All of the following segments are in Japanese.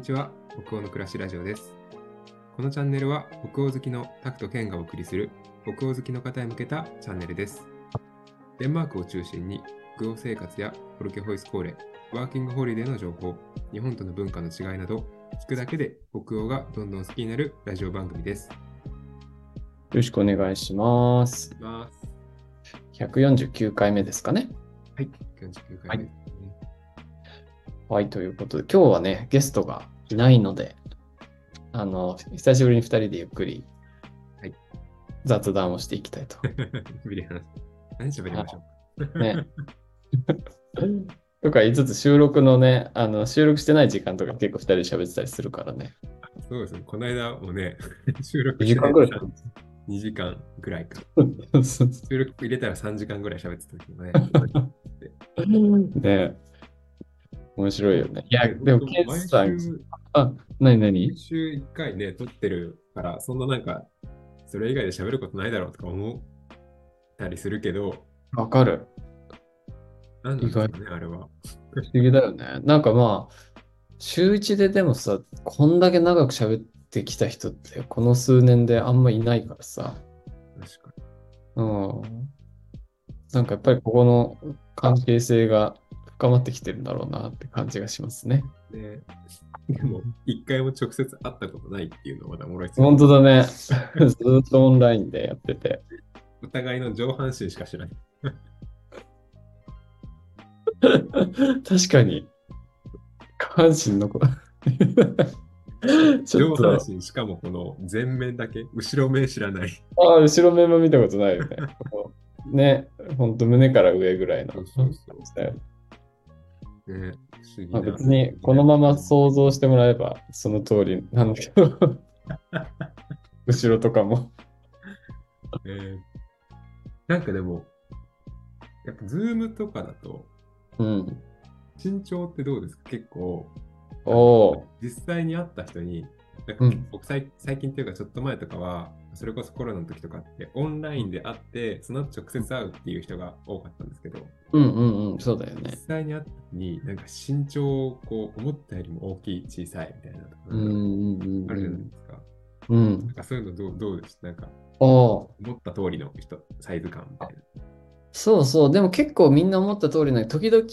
ちは北欧の暮らしラジオですこのチャンネルは北欧好きのタクとケンがお送りする北欧好きの方へ向けたチャンネルですデンマークを中心に北欧生活やホルケホイスコーレワーキングホリデーの情報日本との文化の違いなど聞くだけで北欧がどんどん好きになるラジオ番組ですよろしくお願いします。ます149回目ですかね。はい49回目ですね、はい、ということで、今日はね、ゲストがいないので、あの、久しぶりに2人でゆっくりはい雑談をしていきたいと。ビリ話何喋りましょうね。 とか言いつつ、収録のね、あの、収録してない時間とか結構2人で喋ってたりするからね。そうですねこの間も ね収録2して時間ぐらい2時間ぐらいかそう収録入れたら3時間ぐらい喋ってたけどね。 ね。面白いよね。いや、でも、ケン毎さん、週、あ、なになに毎週1回ね、撮ってるから、そんななんか、それ以外で喋ることないだろうとか思ったりするけど、わかる。なんなんですかね、あれは。不思議だよね。なんかまあ、週一ででもさ、こんだけ長く喋ってきた人って、この数年であんまいないからさ。確かうん。なんかやっぱりここの関係性が深まってきてるんだろうなって感じがしますね。に。ね、でも、1回も直接会ったことないっていうのはまだおもろいですね本当だね。 ずっとオンラインでやってて。お互いの上半身しか知らない。確かに、下半身の子。ちょ上っと半、身しかもこの前面だけ、後ろ面知らない。ああ、後ろ面も見たことないよね。こうね、ほんと胸から上ぐらいの。そうそうそうだよね、不思議まなあ、別にこのまま想像してもらえばその 通りなんだけど後ろとかもえーなんかでも、やっぱズームとかだと、うん身長ってどうですか結構、おお実際に会った人に、なんかうん僕最最近というかちょっと前とかは、それこそコロナの時とかって、オンラインで会って、その後直接会うっていう人が多かったんですけど、うんうんうんそうだよ実ね際に会った時に、なんか身長をこう思ったよりも大きい、小さいみたいなとか、うんうんあうるじゃないんですか。うんなうんんかそういうのどうどうですなんかああ思った通りの人、サイズ感みたいな。そうそうでも結構みんな思った通りな時々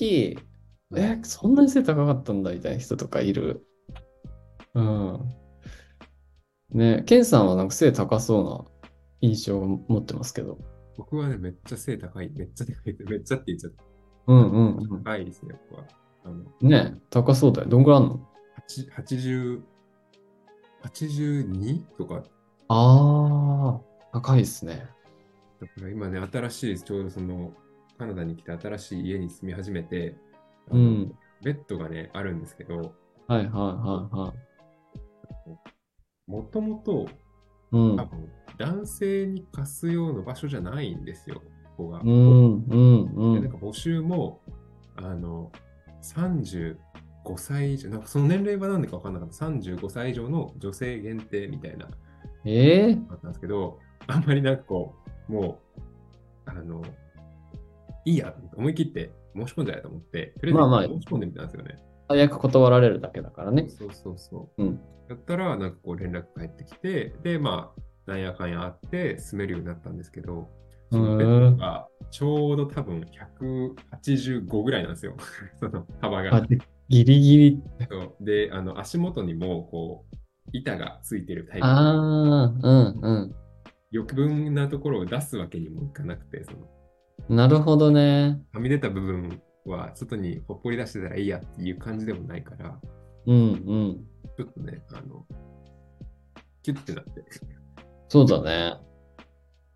えそんなに背高かったんだみたいな人とかいるうんねケンさんはなんか背高そうな印象を持ってますけど僕はね、めっちゃ背高い、めっちゃ高いって、めっちゃって言っちゃった。うんうんうん高いですね、僕は。あのね高そうだよどんぐらいあんの8 80 82とか、ああ、高いですね。だから今ね、新しい、ちょうどその、カナダに来て新しい家に住み始めて、あうのん。ベッドがね、あるんですけど、はいはいはいはい。もともとう多ん。分男性に貸すような場所じゃないんですよ、ここが。うでんうんなうんん。か募集も、あの、35歳以上、なんかその年齢は何でか分かんなかった、35歳以上の女性限定みたいなええだったんですけど、あんまりなんかこう、もう、あの、いいや、思い切って申し込んじゃえと思って、とりまあまああえず申し込んでみたんですよね。早く断られるだけだからね。そうそうそう。うんだったら、なんかこう連絡返ってきて、で、まあ、なんやかんやあって住めるようになったんですけど、そのベッドがちょうど多分185ぐらいなんですよ、 その幅あが。、ギリギリ。そうで、あの足元にもこう、板がついてるタイプのああ、うん余分なところを出すわけにもいかなくて、そのうん。なるほどね。はみ出た部分は外にほっぽり出してたらいいやっていう感じでもないから、うんうん。ちょっとね、あの、キュッてなって。そうだね。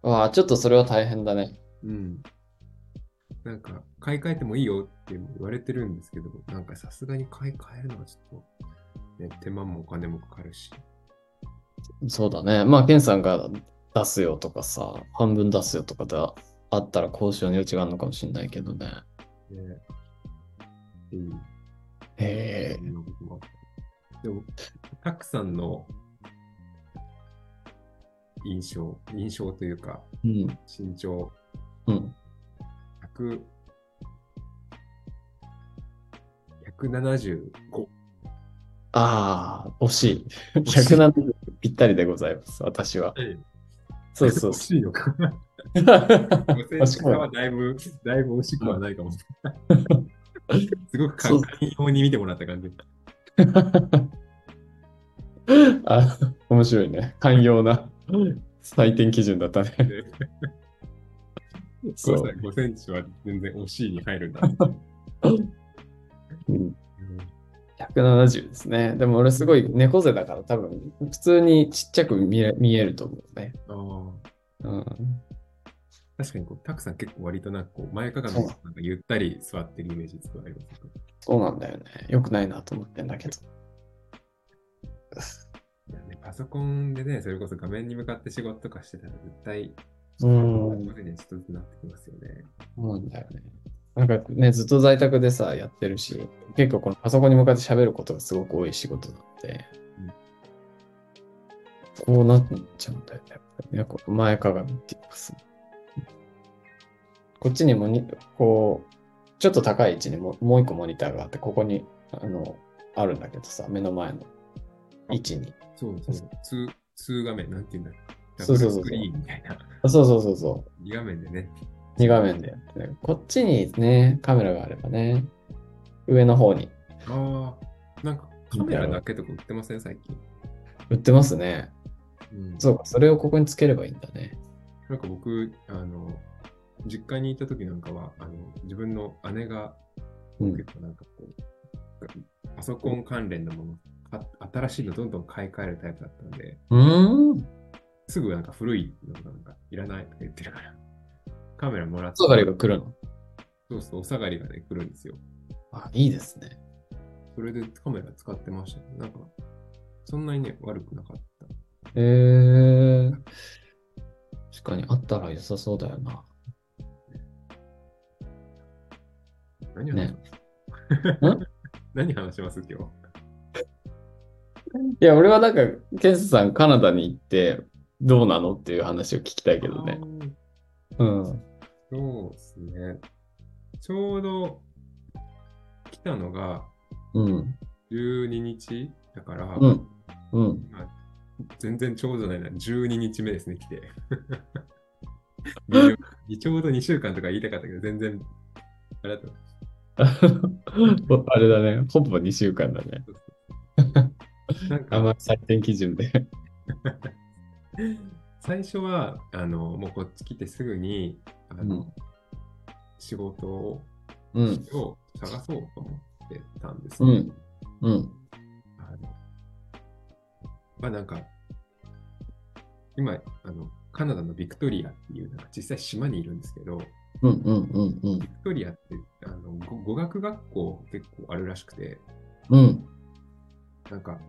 わあ、ちょっとそれは大変だね。うん。なんか、買い替えてもいいよって言われてるんですけど、なんかさすがに買い替えるのはちょっと、ね、手間もお金もかかるし。そうだね。まあ、ケンさんが出すよとかさ、半分出すよとかであったら交渉の余地があるのかもしれないけどね。ね、っていうへえ。のことはでも、たくさんの印象、印象というか、うん。身長うん。 100 175ああ、惜しい。惜しい170ぴったりでございます、私は。そうそう惜しいのか。そう。 5000円はだいぶ、だいぶ惜しくはないかもしれない。すごくそ簡う単に見てもらった感じ。 あ、面白いね。寛容な採点基準だったね。そそううさ、5センチは全然惜しいに入るんだ。うん170ですね。でも俺すごい猫背だから多分普通にちっちゃく見え見えると思うね。あーうん、確かにこう、たくさん結構割となんかこう前かがみになんかゆったり座ってるイメージ作られます。そうなんだよね。よくないなと思ってんだけど。いやねパソコンでね、それこそ画面に向かって仕事とかしてたら絶対、うんこれにはちょっとずつなってきますよね。そうなんだよね。なんかね、ずっと在宅でさ、やってるし、結構このパソコンに向かって喋ることがすごく多い仕事なので、こうなっちゃうんだよね。やっぱりねこう前かがみっていうかさこっちにもに、こう、ちょっと高い位置にももう一個モニターがあって、ここに、あの、あるんだけどさ、目の前の位置に。そうそう。通通画面、なんていうんだろう。そうそうそうそダブルスクうリーンみたいな。そうそうそうそう。 2画面でね。 2画面でやってねこっちにね、カメラがあればね、上の方にああ、なんかカメラだけとか売ってません、最近。売ってますね。うんそうか、それをここにつければいいんだね。なんか僕、あの、実家にいた時なんかは、あの自分の姉がうん結。構なんかこう、パソコン関連のもの、あ新しいのどんどん買い替えるタイプだったんで、うん。すぐなんか古いのがなんかいらないとか言ってるから、カメラもらって、お下がりが来るの。そうそう、お下がりがね、来るんですよ。あ、いいですね。それでカメラ使ってましたね。なんか、そんなにね、悪くなかった。へえ。確かにあったら良さそうだよな。何話します、ん 何話します今日。いや、俺はなんか、ケンスさん、カナダに行って、どうなのっていう話を聞きたいけどねあ。ーうん。そうですね。ちょうど来たのがうん。 12日だから、うん。うん。 今全然ちょうどじゃないな、12日目ですね、来 て。微妙ちょうど2週間とか言いたかったけど、全然、あれだと思あれだね。ほぼ2週間だね。う。なんあか、まり採点基準で。最初は、あの、もうこっち来てすぐに、あの、仕事をうん。を探そうと思ってたんですうねん。うん。あのまあなんか、今、あの、カナダのビクトリアっていう、なんか実際島にいるんですけど、ビうん。うん。うん。うん。クトリアってあの語語学学校結構あるらしくて、うん。なんか、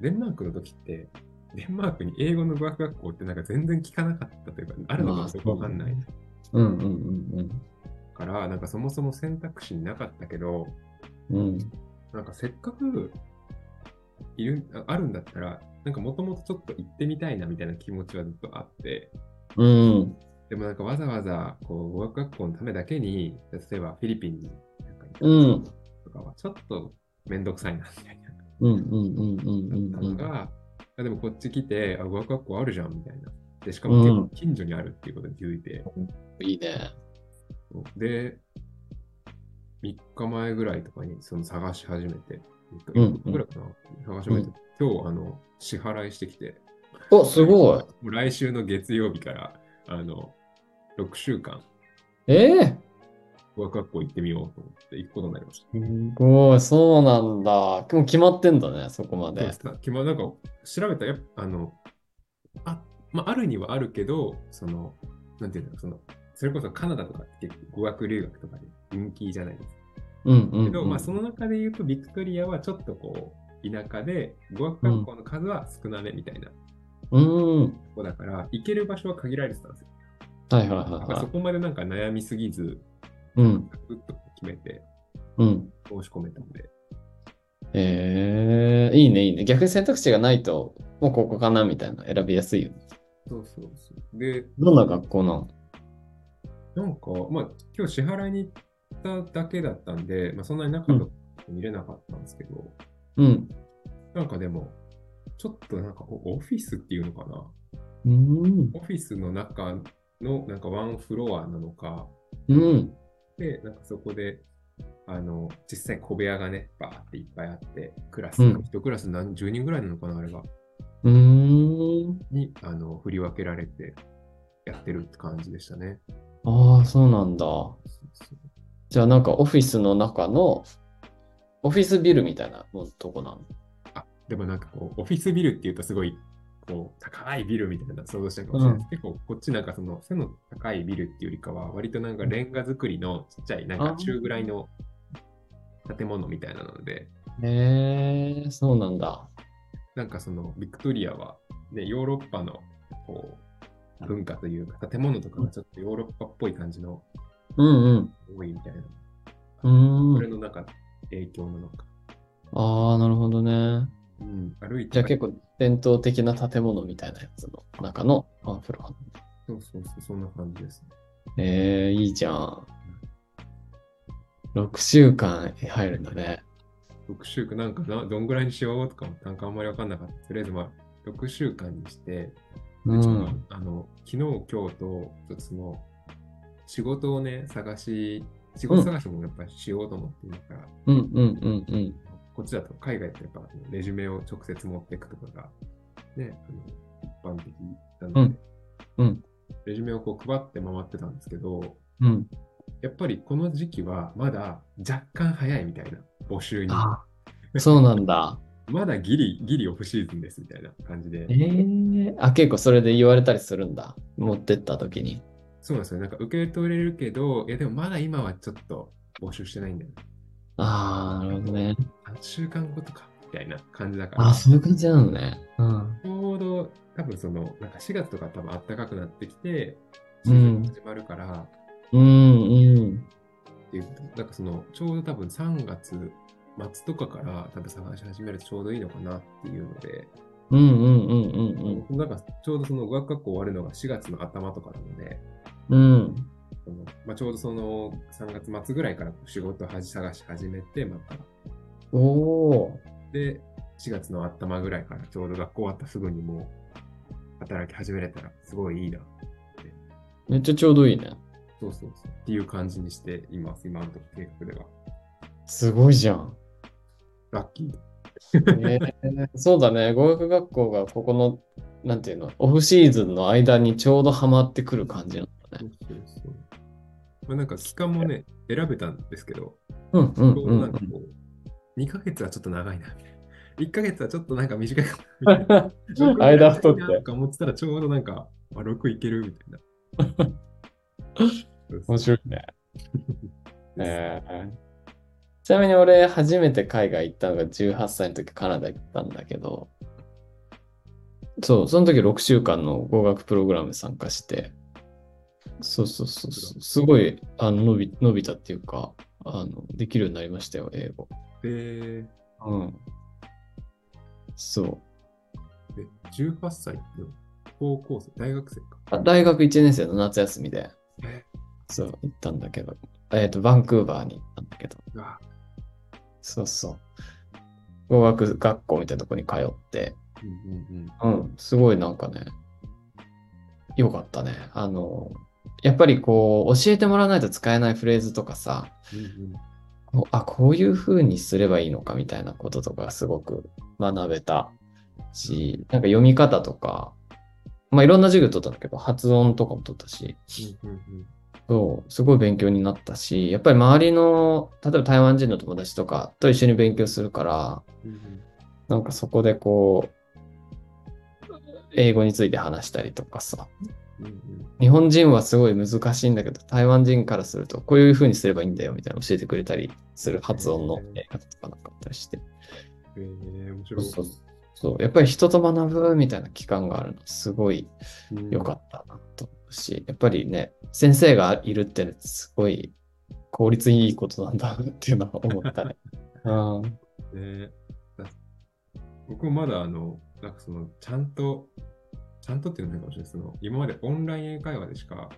デンマークの時って、デンマークに英語の語学学校ってなんか全然聞かなかったというか、あるのまかあどうかわかんないうん。うん。から、なんかそもそも選択肢になかったけど、うん。なんかせっかくいるああるんだったら、なんかもともとちょっと行ってみたいなみたいな気持ちはずっとあって、うん。でもなんかわざわざこう語学学校のためだけに、例えばフィリピンになんかう行っん。たとかはちょっとめんどくさいなみたいなうんうんうんうんうんだったうのん。が、あでもこっち来てあ語学学校あるじゃんみたいな。でしかうもん結構近所にあるっていうことに気づいて、いいね。で、3日前ぐらいとかにその探し始めて、3うん日ぐらいかな、探し始めて、今日あの支払いしてきて、お、すごい。もう来週の月曜日から、あの、6週間、ええ語学学校行ってみようと思って行くことになりました。すごい、そうなんだ。もう決まってんだね、そこまそうでで。すかまあなんか、調べたら、やっぱあの、あ、まあ、あるにはあるけど、その、なんていうんだろう、その、それこそカナダとかって結構語学留学とかで人気じゃないですか。うんうんけど、うん。まあ、その中で言うと、ビクトリアはちょっとこう、田舎で、語学学校の数は少なめみたいなうん。はいとこだから、行ける場所は限られてたんですよ。はいはいだからそはこまでなんか悩みすぎず、い。うんサクッと決めてうん。申し込めたので、ええ、いいねいいね。逆に選択肢がないと、もうここかなみたいな選びやすいよね。そうそうそう。で、どんな学校なのなんか、まあ、今日支払いに行っただけだったんで、まあ、そんなに中とか見れなかったんですけど、うん。なんかでも、ちょっとなんかオオフィスっていうのかなうん。オフィスの中のなんかワンフロアなのか、うん。で、なんかそこで、あの、実際小部屋がね、バーっていっぱいあって、クラス、うん一クラス何十人ぐらいなのかな、あれが、うーん。に、あの、振り分けられてやってるって感じでしたね。ああ、そうなんだ。そうじゃあなんかオフィスの中のオフィスビルみたいなもんとこなの。でもなんかこう、オフィスビルっていうとすごい、こう、高いビルみたいな想像したかもしれないです。結構こっちなんかその背の高いビルっていうよりかは、割となんかレンガ造りのちっちゃい、なんあかー中ぐらいの建物みたいなので、へえ、そうなんだ。なんかそのビクトリアは、ね、ヨーロッパのこう文化というか建物とかがちょっとヨーロッパっぽい感じのうん多いみたいな、うん。そうーれん。の中影響なのか、ああ、なるほどね。うん、歩いてじゃあ結構伝統的な建物みたいなやつの中のワンフロア。そうそうそうそんな感じですねええ、いいじゃん。6週間入るんだね。 6週間なんかなどんぐらいにしようとかもなんかあんまり分かんなかったとりあえずまあ6週間にしてでちうょっとん。あの昨日今日とちょっとその仕事をね探し仕事探しもやっぱりしようと思ってるから、うんうんうんうん。こっちだと海外ってやっぱレジュメを直接持っていくとかが、ね、あの一般的なので、うんうんレジュメをこう配って回ってたんですけど、うん。やっぱりこの時期はまだ若干早いみたいな募集に、ああ、そうなんだ。まだギリギリオフシーズンですみたいな感じでえ、え、あ、結構それで言われたりするんだ。持ってった時に。そうなんですよ。なんか受け取れるけど、いやでもまだ今はちょっと募集してないんだよ、ね。ああ、なるほどね。 3週間後とかみたいな感じだから。あ、そういう感じなのね。うん。ちょうど多分そのなんか4月とか多分暖かくなってきてうシーズんン始まるからうん、うん。っていう、なんかそのちょうど多分3月末とかから多分探し始めるとちょうどいいのかなっていうので、うん、うん、うん、うん、なんかちょうどその語学学校終わるのが4月の頭とかなのでうん。うん。その、まあ、ちょうどその3月末ぐらいから仕事を探し始めてまたおおで4月の頭ぐらいからちょうど学校終わったすぐにもう働き始めれたらすごいいいなー、めっちゃちょうどいいね。そうそうそう。っていう感じにしています、今のところ計画では。すごいじゃ ん。ラッキー。えー、そうだね。語学学校がここの、なんていうの、オフシーズンの間にちょうどハマってくる感じなんだそね。うそうそうまあ、なんか期間もね、選べたんですけど、うん、うん、ちょううどんなうんんか。こう、2ヶ月はちょっと長いな、みたいな。1ヶ月はちょっとなんか短いかなみたいな。 間太って6なんか思ってたらちょうどなんか、あ、6いけるみたいな。 そうそう面白いね。ですえーちなみに俺、初めて海外行ったのが18歳の時、カナダ行ったんだけど、そう、その時6週間の語学プログラムに参加して、そうそうそうそう、すごいあの伸び伸びたっていうかあの、できるようになりましたよ、英語。で、うん。そう。で18歳の高校生、大学生か。あ大学1年生の夏休みでえ、そう、行ったんだけど、えっ、と、バンクーバーに行ったんだけど、うわそうそう。語学学校みたいなとこに通って、うんうんうん。うん、すごいなんかね、よかったね。あの、やっぱりこう、教えてもらわないと使えないフレーズとかさ、うんうんこうあ、こういう風にすればいいのかみたいなこととかすごく学べたし、なんか読み方とか、まあいろんな授業取ったんだけど、発音とかも取ったし、うんうんそう、すごい勉強になったし、やっぱり周りの、例えば台湾人の友達とかと一緒に勉強するから、うんうんなんかそこでこう、英語について話したりとかさ、うんうん日本人はすごい難しいんだけど、台湾人からすると、こういう風にすればいいんだよみたいなの教えてくれたりする発音のやり方とかなんかあったりして、えー、面白そうい。そうそう、やっぱり人と学ぶみたいな期間があるの、すごいうん良かったなと思うし、やっぱりね、先生がいるってすごい効率いいことなんだなっていうのは思った ね。うん、ねだ僕もまだあの、なんかその、ちゃんと、ちゃんとっていうのはないかもしれない。その、今までオンライン英会話でしか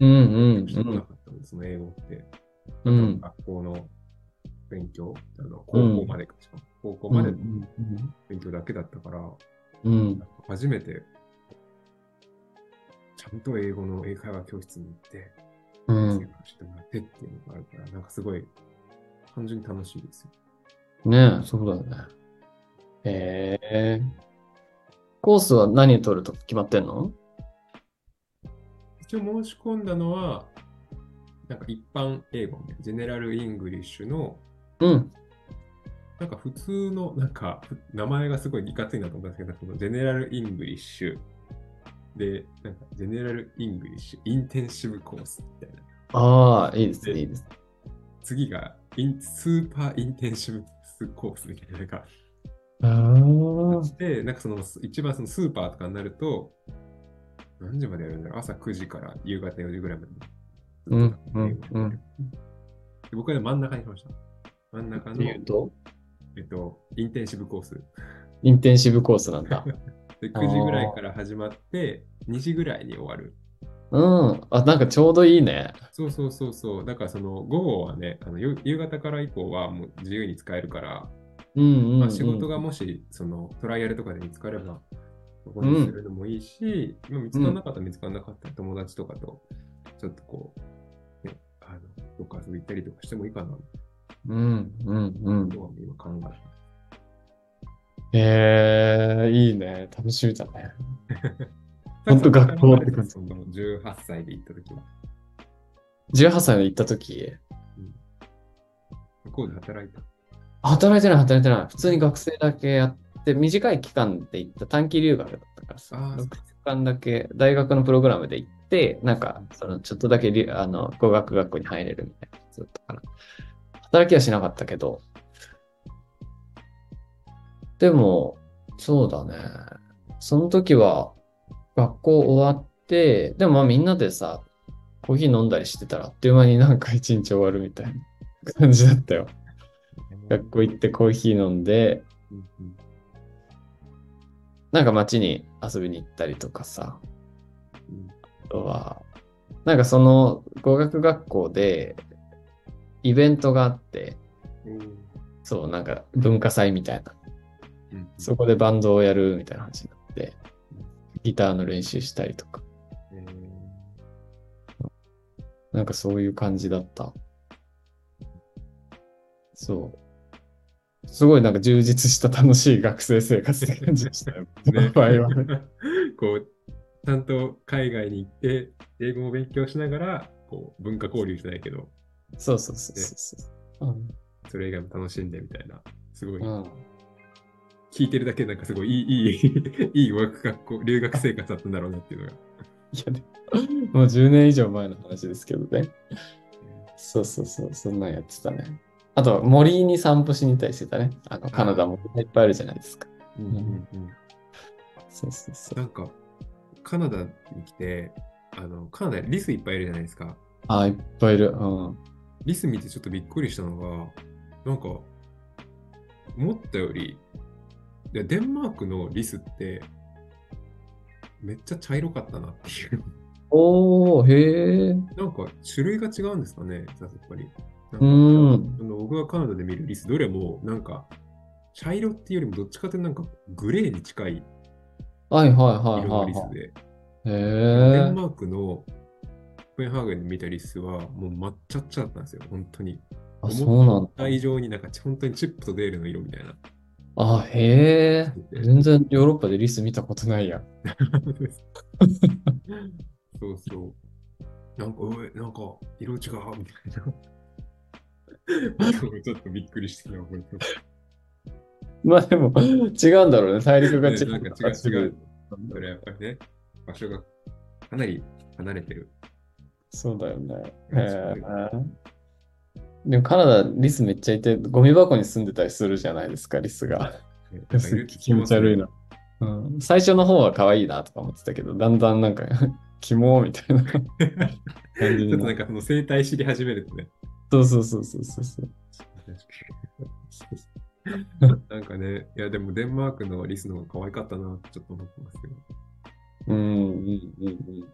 うん、う、してこなんかったんです、その英語って。うん、学校の勉強、あの高校までか、しかも高校までうんうん勉強だけだったから、うんうんなんか初めて、ちゃんと英語の英会話教室に行って、うん先生から教えてもらってっていうのがあるから、なんかすごい、単純に楽しいですよ。ねえ、そうだよね。へえ。コースは何取るとか決まってんの一応申し込んだのは、なんか一般英語ね、ジェネラルイングリッシュの、うん。なんか普通の、なんかふ名前がすごいいかついなと思ったんですけど、なんかこのジェネラルイングリッシュで、なんかジェネラルイングリッシュ、インテンシブコースみたいな。ああ、いいですね、いいですね。次がインスーパーインテンシブコースみたいな、なんかああ。で、なんかその一番そのスーパーとかになると、何時までやるんだろう朝9時から夕方4時ぐらいまで。うんうんうんで僕は真ん中にしました。真ん中の、言うと、えっと、インテンシブコース。インテンシブコースな んだ。で9時ぐらいから始まって、2時ぐらいに終わる。うん。あ、なんかちょうどいいね。そうそうそうそう。だからその午後はね、あの夕夕方から以降はもう自由に使えるから、うんうん、うん。まあ、仕事がもしそのトライアルとかで見つかれば、そこにするのもいいし、まあ見つからなかったら見つからなかったら友達とかと、ちょっとこう、ね、あのどっか遊び行ったりとかしてもいいかなうんうんうん。とは今考えてますへえ、いいね。楽しみだね。ほんとただ学校って感じその18歳で行った時は、 18歳で行った時、向こうで働いた。働いてない、働いてない。普通に学生だけやって、短い期間で行った短期留学だったからさ、あー6期間だけ大学のプログラムで行って、なんか、そのちょっとだけ留あの語学学校に入れるみたいなやつだったから。働きはしなかったけど、でも、そうだね。その時は、学校終わって、でもまあみんなでさ、コーヒー飲んだりしてたら、あっという間になんか一日終わるみたいな感じだったよ。学校行ってコーヒー飲んで、うんうんなんか街に遊びに行ったりとかさ、うんあとは、なんかその語学学校でイベントがあって、うんそう、なんか文化祭みたいな、うんそこでバンドをやるみたいな話になって、ギターの練習したりとか、えーなんかそういう感じだった。そう。すごいなんか充実した楽しい学生生活って感じでした よ。その場合はね。こう、ちゃんと海外に行って、英語も勉強しながら、こう、文化交流じゃないけど、そうそうそうそうそう。うんそれ以外も楽しんでみたいな、すごい、うん聞いてるだけでなんかすごいいい、いい、いい語学学校、留学生活だったんだろうなっていうのが。いや、でも、もう10年以上前の話ですけどね。そうそうそう、そんなんやってたね。あと、森に散歩しに行ったりしてたね。あの、カナダもいっぱいあるじゃないですか。うんうんうん、そうそうそう。なんか、カナダに来て、あの、カナダリスいっぱいいるじゃないですか。あーいっぱいいる。うん。リス見てちょっとびっくりしたのが、なんか、思ったより、いやデンマークのリスって、めっちゃ茶色かったなっていう。 おー、へー。なんか、種類が違うんですかね、やっぱり。なんかあうん。の僕がカナダで見るリス、どれも、なんか、茶色っていうよりも、どっちかというとなんか、グレーに近いはいはいはい色のはいリスはで、い。へデンー。マークのコペンハーゲンで見たリスは、もう抹茶っ茶だったんですよ、本当に。あ、そうなんだ。大上になんか、本当にチップとデールの色みたい な。あ、へー。全然ヨーロッパでリス見たことないや。 そうそう。なんか、おいなんか、色違うみたいな。ちょっとびっくりしてた覚えてますまあで も、違うんだろうね。大陸が違う。なんか違う違う。それはやっぱりね、場所がかなり離れてる。そうだよね。うんへえでもカナダ、リスめっちゃいて、ゴミ箱に住んでたりするじゃないですか、リスが。ねでもすっげえ気持ち悪い。な。うん、最初の方は可愛いなとか思ってたけど、だんだんなんか、 キモーみたいな感なんかいるじちょっにとななんる。かその生態知り始めるとね。そうそうそうそうそうそう。なんかね、いやでもデンマークのリスの方が可愛かったなってちょっと思ってますけど。うんうんうんうん。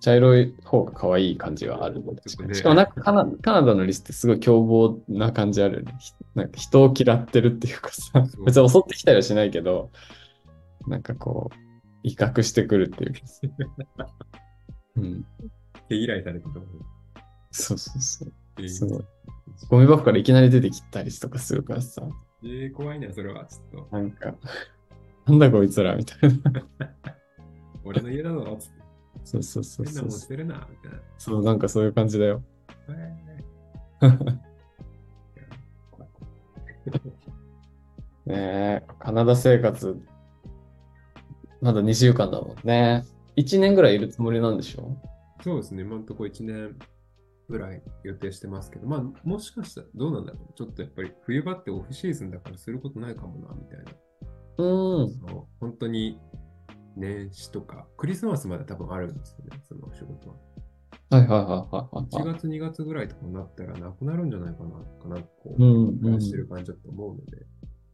茶色い方が可愛い感じがある。ちょっとねしかもなんかカナカナダのリスってすごい凶暴な感じあるよね。ひなんか人を嫌ってるっていうかさそ、う別に襲ってきたりはしないけど、なんかこう、威嚇してくるっていうかさ。 うん、手依頼されてたもんそうそうそう。えーすごい。ゴミ箱からいきなり出てきたりとかするからさ、えー怖いな、それは。ちょっと、なんか、 なんだこいつらみたいな。俺の家だぞ、つって。そうそうそう変なそもんう。捨てるな、みたいな。そう、なんかそういう感じだよ。 えー怖い怖いねえ、カナダ生活、まだ2週間だもんね。1年ぐらいいるつもりなんでしょそうですね、今のところ1年ぐらい予定してますけど、まあ、もしかしたらどうなんだろう。ちょっとやっぱり冬場ってオフシーズンだからすることないかもな、みたいな。うん。その本当に年始とか、クリスマスまで多分あるんですよね、その仕事は。はいはいはいはいはい1はい。月、2月ぐらいとかになったらなくなるんじゃないかな、かな、こうう、んう暮らしてんる感じだと思うので、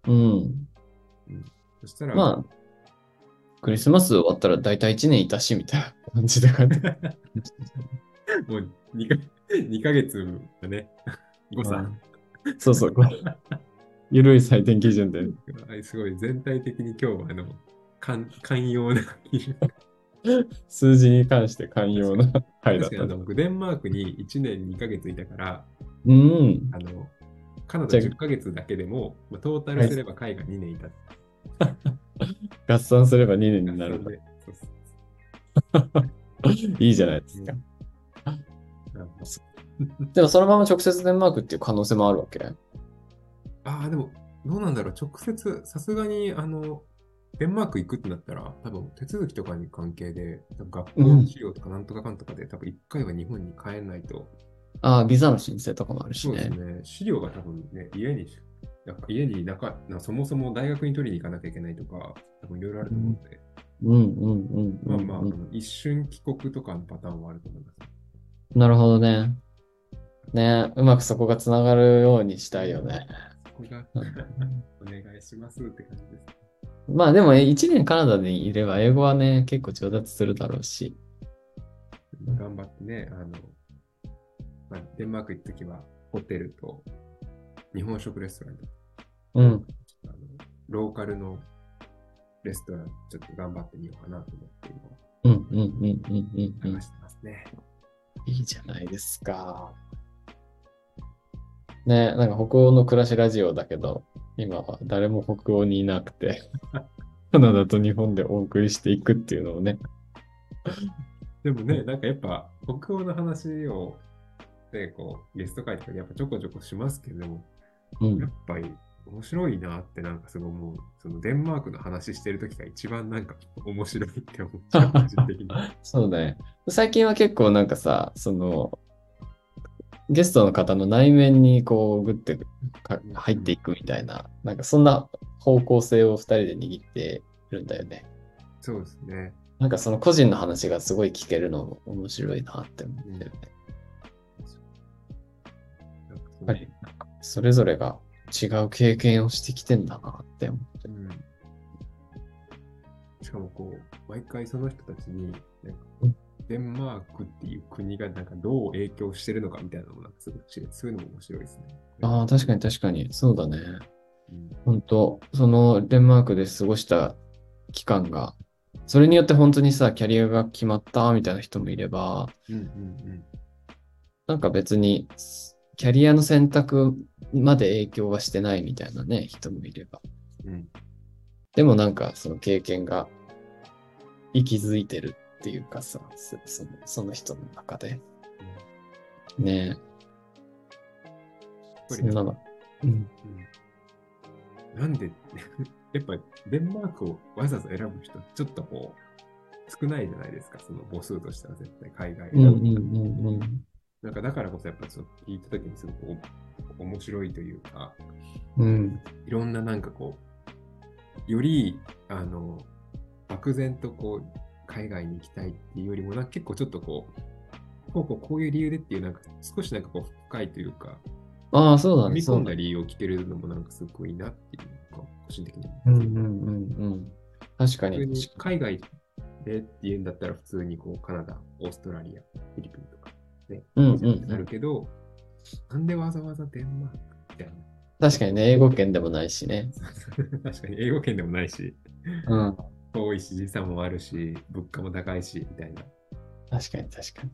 うん。そしたら、まあ、クリスマス終わったら大体1年いたしみたいな感じで書いてある もう2か ,2 ヶ月がね、 誤差。そうそう。 これゆるい採点基準で。はいすごい、全体的に今日はあの、寛寛容な気分数字に関して寛容な回だ確っかにあた。の僕、デンマークに1年2ヶ月いたから、うん。あのカナじダゃあ10ヶ月だけでも、まあ、トータルすれば海が2年いたって合算すれば2感年にじなるんんだ。で。そうそういいじゃないですか。あのでもそのまま直接デンマークっていう可能性もあるわけ。ああ、でも、どうなんだろう、直接、さすがに、あの、デンマーク行くってなったら、多分手続きとかに関係で、なんか学校の資料とかなんとかかんとかで、多分1回は日本に帰んないと、ああ、ビザの申請とかもあるしそうですね。ね、資料が多分ね、家に、なんか家になかなそもそも大学に取りに行かなきゃいけないとか、多分いろいろあると思うので、うんうんうんうん、うんまあまあ、あの一瞬帰国とかのパターンはあると思います。なるほどね。ねうまくそこがつながるようにしたいよ ね。そこがお願いしますって感じです。まあでも1年カナダにいれば英語はね、結構上達するだろうし。うん頑張ってね、あの、まあ、デンマーク行くときは、ホテルと日本食レストランとうん。あのローカルのレストラン、ちょっと頑張ってみようかなと思って、うんうんうんうんうん今、うん探。してますね。いいじゃないですか。ねなんか北欧の暮らしラジオだけど、今は誰も北欧にいな くて、カナダと日本でお送りしていくっていうのをね。でもね、なんかやっぱ、北欧の話を、で、こう、ゲスト会とかでやっぱちょこちょこしますけど、うんやっぱり面白いなってなんかすごいもう、そのデンマークの話してるときが一番なんか面白いって思っちゃう、個人的 に。そうだね。最近は結構なんかさ、その、ゲストの方の内面にこう、グッてか入っていくみたいな、なんかそんな方向性を2人で握ってるんだよね。そうですね。なんかその個人の話がすごい聞けるのも面白いなって思ってるね。なんかそやっうぱり、なんかそれぞれが違う経験をしてきてんだなって思って。うんしかもこう、毎回その人たちに、なんかうんデンマークっていう国がなんかどう影響してるのかみたいなのもなんかすごく知れて、そういうのも面白いですね。ああ、確かに確かに。そうだね。うん本当そのデンマークで過ごした期間が、それによって本当にさ、キャリアが決まったみたいな人もいれば、うんうんなんか別に、キャリアの選択まで影響はしてないみたいなね、人もいれば。うんうん。でもなんかその経験が息づいてるっていうかさ、そそのその人の中で。ねやっえ、ぱりそんなの。うん、うんなんで、 やっぱデンマークをわざわざ選ぶ人、ちょっとこう、少ないじゃないですか、その母数としては絶対海外うん、うん、うん、うん。なんかだからこそやっぱちょっと聞いたときにすごくお面白いというか、うん、いろんななんかこう、より、あの、漠然とこう、海外に行きたいっていうよりも、なんか結構ちょっとこう、こうこうこういう理由でっていう、なんか少しなんかこう、深いというか、ああ、そうだ踏ね、みそ込うんだだね。理由を聞けるのもなんかすごくいいなっていうのが、個人的に。うん、うん、うん、うん。確か普通に、に確か海外えって言うんだったら普通にこうカナダ、オーストラリア、フィリピンとかうんうんうなんる。けど、なんでわざわざデンマークみたい確かにね、英語圏でもないしね。な。確かに英語圏でもないし、うん。遠いし時差もあるし、物価も高いしみたいな。確かに確かに。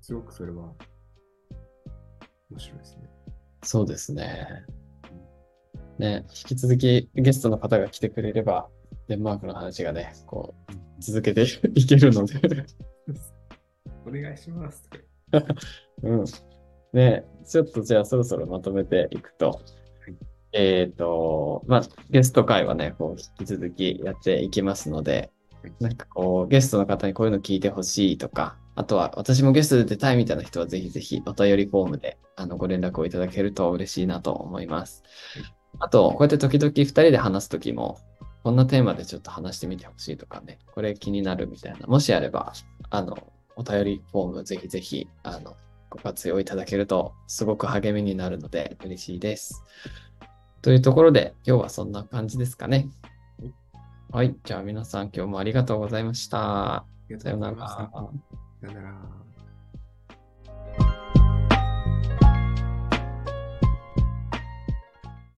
すごくそれは面白いですね。そうですね。ね、引き続きゲストの方が来てくれれば、デンマークの話がね、こう、続けていけるので。お願いします。 うん。ね、ちょっとじゃあそろそろまとめていくと。えっ、と、まあ、ゲスト会はね、こう、引き続きやっていきますので、なんかこう、ゲストの方にこういうの聞いてほしいとか、あとは私もゲストで出たいみたいな人はぜひぜひお便りフォームであのご連絡をいただけると嬉しいなと思います。あと、こうやって時々2人で話す時も、こんなテーマでちょっと話してみてほしいとかね、これ気になるみたいな、もしあれば、あの、お便りフォームぜひぜひ、あの、ご活用いただけるとすごく励みになるので嬉しいです。というところで、今日はそんな感じですかね。はい、じゃあ皆さん今日もありがとうございました。ありがさとよううござないましたら。さよなら。